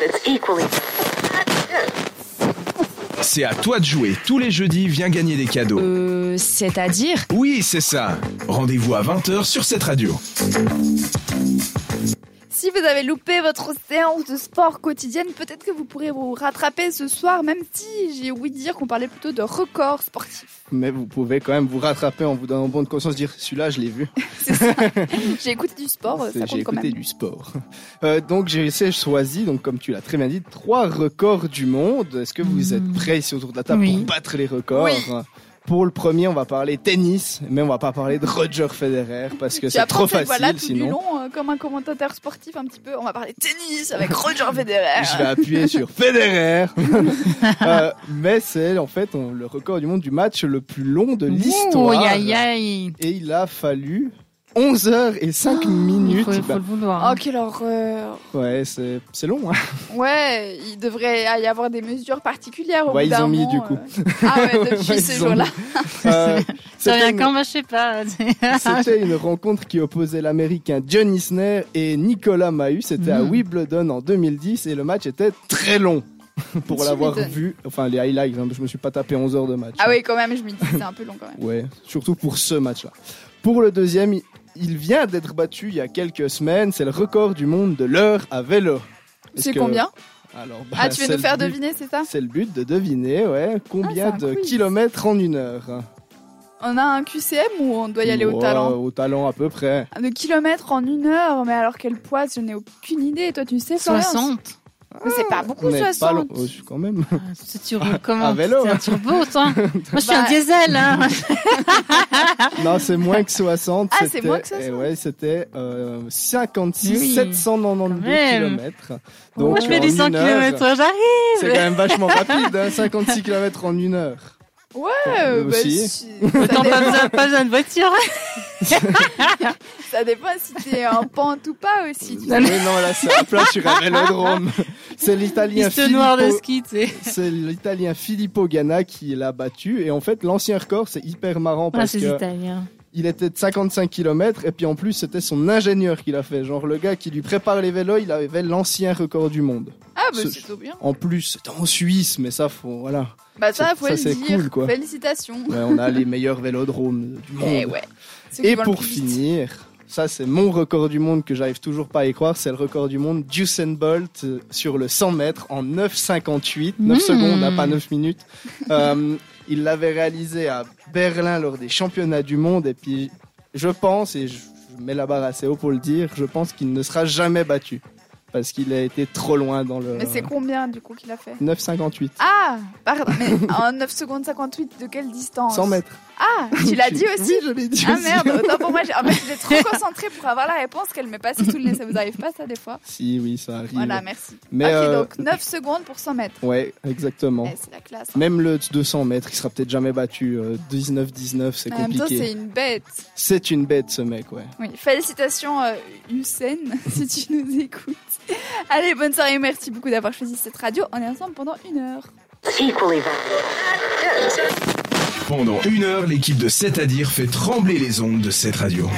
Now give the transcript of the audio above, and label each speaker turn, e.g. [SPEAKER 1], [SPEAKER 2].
[SPEAKER 1] that's equally.
[SPEAKER 2] C'est à toi de jouer. Tous les jeudis, viens gagner des cadeaux.
[SPEAKER 3] Euh, c'est-à-dire
[SPEAKER 2] Oui, c'est ça. Rendez-vous à 20h sur cette radio.
[SPEAKER 4] Si vous avez loupé votre séance de sport quotidienne, peut-être que vous pourrez vous rattraper ce soir, même si j'ai ouï dire qu'on parlait plutôt de record sportif.
[SPEAKER 5] Mais vous pouvez quand même vous rattraper en vous donnant bonne conscience, dire celui-là, je l'ai vu.
[SPEAKER 4] J'ai écouté du sport, euh, ça
[SPEAKER 5] J'ai
[SPEAKER 4] compte quand
[SPEAKER 5] écouté
[SPEAKER 4] même.
[SPEAKER 5] du sport. Euh, donc j'ai essayé- choisi, donc comme tu l'as très bien dit, trois records du monde. Est-ce que vous
[SPEAKER 3] Mmh.
[SPEAKER 5] êtes prêts ici autour de la table
[SPEAKER 3] Oui.
[SPEAKER 5] pour battre les records
[SPEAKER 4] Hmm. Oui.
[SPEAKER 5] Pour le premier, on va parler tennis, mais on va pas parler de Roger Federer parce que
[SPEAKER 4] Tu
[SPEAKER 5] c'est
[SPEAKER 4] apprends
[SPEAKER 5] trop
[SPEAKER 4] cette
[SPEAKER 5] facile.
[SPEAKER 4] voix-là tout
[SPEAKER 5] sinon,
[SPEAKER 4] du long, euh, comme un commentateur sportif un petit peu. On va parler tennis avec Roger Federer.
[SPEAKER 5] je vais appuyer sur Federer. Euh, mais c'est en fait on- le record du monde du match le plus long de
[SPEAKER 3] Oh,
[SPEAKER 5] l'histoire.
[SPEAKER 3] aïe, aïe.
[SPEAKER 5] Et il a fallu 11 heures et
[SPEAKER 4] Ah,
[SPEAKER 5] 5 minutes.
[SPEAKER 3] Faut, faut
[SPEAKER 5] Bah,
[SPEAKER 3] le vouloir.
[SPEAKER 4] Oh, quelle horreur.
[SPEAKER 5] ouais, c'est c'est long. hein.
[SPEAKER 4] Ouais, il devrait y avoir des mesures particulières au
[SPEAKER 5] Ouais,
[SPEAKER 4] bout
[SPEAKER 5] ils
[SPEAKER 4] d'un
[SPEAKER 5] ont mis,
[SPEAKER 4] moment,
[SPEAKER 5] du coup.
[SPEAKER 4] euh. Ah ouais,
[SPEAKER 5] Ouais,
[SPEAKER 4] depuis
[SPEAKER 5] ils
[SPEAKER 4] ce
[SPEAKER 5] ont
[SPEAKER 4] jour-là.
[SPEAKER 5] Euh,
[SPEAKER 3] Ça
[SPEAKER 5] c'était
[SPEAKER 3] vient
[SPEAKER 5] une-
[SPEAKER 3] quand Moi, je sais pas.
[SPEAKER 5] C'était une rencontre qui opposait l'américain John Isner et Nicolas Mahut. C'était à
[SPEAKER 3] Mm.
[SPEAKER 5] Wimbledon en 2010 et le match était très long. Pour
[SPEAKER 4] Tu
[SPEAKER 5] l'avoir
[SPEAKER 4] m'étonnes.
[SPEAKER 5] vu, enfin les highlights, hein, je me suis pas tapé 11 heures de match. hein.
[SPEAKER 4] Ah oui, quand même, je me dis, c'est un peu long quand même.
[SPEAKER 5] Ouais, surtout pour ce match-là. Pour le deuxième, il- il vient d'être battu il y a quelques semaines. C'est le record du monde de l'heure à vélo. Est-ce
[SPEAKER 4] C'est
[SPEAKER 5] que-
[SPEAKER 4] combien
[SPEAKER 5] Alors, bah,
[SPEAKER 4] Ah, tu
[SPEAKER 5] c'est
[SPEAKER 4] veux nous
[SPEAKER 5] le
[SPEAKER 4] faire
[SPEAKER 5] but-
[SPEAKER 4] deviner, c'est ça
[SPEAKER 5] C'est le but de deviner, ouais, combien
[SPEAKER 4] Ah, c'est un
[SPEAKER 5] de
[SPEAKER 4] quiz.
[SPEAKER 5] kilomètres en une heure.
[SPEAKER 4] On a un QCM ou on doit y aller au
[SPEAKER 5] Ouais,
[SPEAKER 4] talent
[SPEAKER 5] Au talent à peu près.
[SPEAKER 4] De kilomètres en une heure, mais alors quel poids Je n'ai aucune idée. Toi, tu sais, Florian
[SPEAKER 3] 60.
[SPEAKER 4] Mais c'est pas beaucoup,
[SPEAKER 5] On est pas
[SPEAKER 4] 60.
[SPEAKER 5] loin- oh, je suis quand même.
[SPEAKER 3] Ah, C'est tu roules comment
[SPEAKER 5] à ah, vélo.
[SPEAKER 3] C'est un turbo, toi. hein. Moi, je suis
[SPEAKER 4] Bah.
[SPEAKER 3] un diesel. Hein.
[SPEAKER 5] Non, c'est moins que 60.
[SPEAKER 4] Ah, c'est
[SPEAKER 5] c'était-
[SPEAKER 4] moins que 60.
[SPEAKER 5] eh ouais, c'était euh, 56
[SPEAKER 3] Mais oui,
[SPEAKER 5] 792
[SPEAKER 3] quand même.
[SPEAKER 5] kilomètres.
[SPEAKER 3] Moi, je fais
[SPEAKER 5] en
[SPEAKER 3] des 100
[SPEAKER 5] une heure,
[SPEAKER 3] km. J'arrive.
[SPEAKER 5] C'est quand même vachement rapide, hein, 56 km en une heure.
[SPEAKER 4] Ouais, euh, bah,
[SPEAKER 5] Aussi.
[SPEAKER 4] si- ça,
[SPEAKER 3] T'en
[SPEAKER 4] dépend,
[SPEAKER 3] pas besoin, pas besoin de voiture.
[SPEAKER 4] ça dépend si t'es en pente ou pas aussi. tu
[SPEAKER 5] Oui,
[SPEAKER 4] sais.
[SPEAKER 5] non, là, c'est à plat sur un vélodrome. C'est l'Italien
[SPEAKER 3] Piste noire de
[SPEAKER 5] Filippo-
[SPEAKER 3] ski, tu sais.
[SPEAKER 5] C'est l'Italien Filippo Ganna qui l'a battu. Et en fait, l'ancien record, c'est hyper marrant
[SPEAKER 3] Ah,
[SPEAKER 5] parce
[SPEAKER 3] c'est
[SPEAKER 5] que
[SPEAKER 3] italien.
[SPEAKER 5] il était de 55 km et puis en plus, c'était son ingénieur qui l'a fait. Genre, le gars qui lui prépare les vélos, il avait l'ancien record du monde.
[SPEAKER 4] Ah, bah
[SPEAKER 5] Ce-
[SPEAKER 4] c'est trop bien.
[SPEAKER 5] En plus, c'était en Suisse, mais ça, faut, voilà.
[SPEAKER 4] Bah ça,
[SPEAKER 5] ça-
[SPEAKER 4] faut
[SPEAKER 5] ça,
[SPEAKER 4] le
[SPEAKER 5] c'est
[SPEAKER 4] dire.
[SPEAKER 5] cool, quoi.
[SPEAKER 4] Félicitations.
[SPEAKER 5] Ouais, on a les meilleurs vélodromes du monde.
[SPEAKER 4] Eh ouais. Ceux qui
[SPEAKER 5] Et
[SPEAKER 4] vont le
[SPEAKER 5] pour
[SPEAKER 4] plus vite.
[SPEAKER 5] finir, ça c'est mon record du monde que j'arrive toujours pas à y croire, c'est le record du monde Usain Bolt euh, sur le 100 mètres en 9,58, 9
[SPEAKER 4] Hmm.
[SPEAKER 3] Mmh.
[SPEAKER 5] secondes, hein, pas 9 minutes. Euh, il l'avait réalisé à Berlin lors des championnats du monde et puis je pense, et je je mets la barre assez haut pour le dire, je pense qu'il ne sera jamais battu parce qu'il a été trop loin dans le
[SPEAKER 4] Mais c'est combien du coup qu'il a fait
[SPEAKER 5] 9,58.
[SPEAKER 4] Ah, pardon, mais en 9 secondes 58, de quelle distance
[SPEAKER 5] 100 mètres.
[SPEAKER 4] Ah, tu l'as dit aussi
[SPEAKER 5] Oui, je l'ai dit
[SPEAKER 4] Ah
[SPEAKER 5] aussi.
[SPEAKER 4] merde, autant pour moi, j'ai- en fait, j'étais trop concentrée pour avoir la réponse qu'elle m'est passée sous le nez. Ça vous arrive pas ça des fois
[SPEAKER 5] Si, oui, ça arrive.
[SPEAKER 4] Voilà, merci.
[SPEAKER 5] Mais
[SPEAKER 4] ok,
[SPEAKER 5] euh,
[SPEAKER 4] donc 9 secondes pour 100 mètres.
[SPEAKER 5] Ouais, exactement.
[SPEAKER 4] Eh, c'est la classe. hein.
[SPEAKER 5] Même le 200 mètres, il sera peut-être jamais battu. euh, 19-19, c'est
[SPEAKER 4] en même temps, c'est
[SPEAKER 5] compliqué.
[SPEAKER 4] une bête.
[SPEAKER 5] C'est une bête, ce mec, ouais.
[SPEAKER 4] Oui, félicitations euh, Hussein, si tu nous écoutes. Allez, bonne soirée, merci beaucoup d'avoir choisi cette radio. On est ensemble pendant une heure.
[SPEAKER 1] Equally.
[SPEAKER 2] Pendant une heure, l'équipe de C'est à dire fait trembler les ondes de cette radio.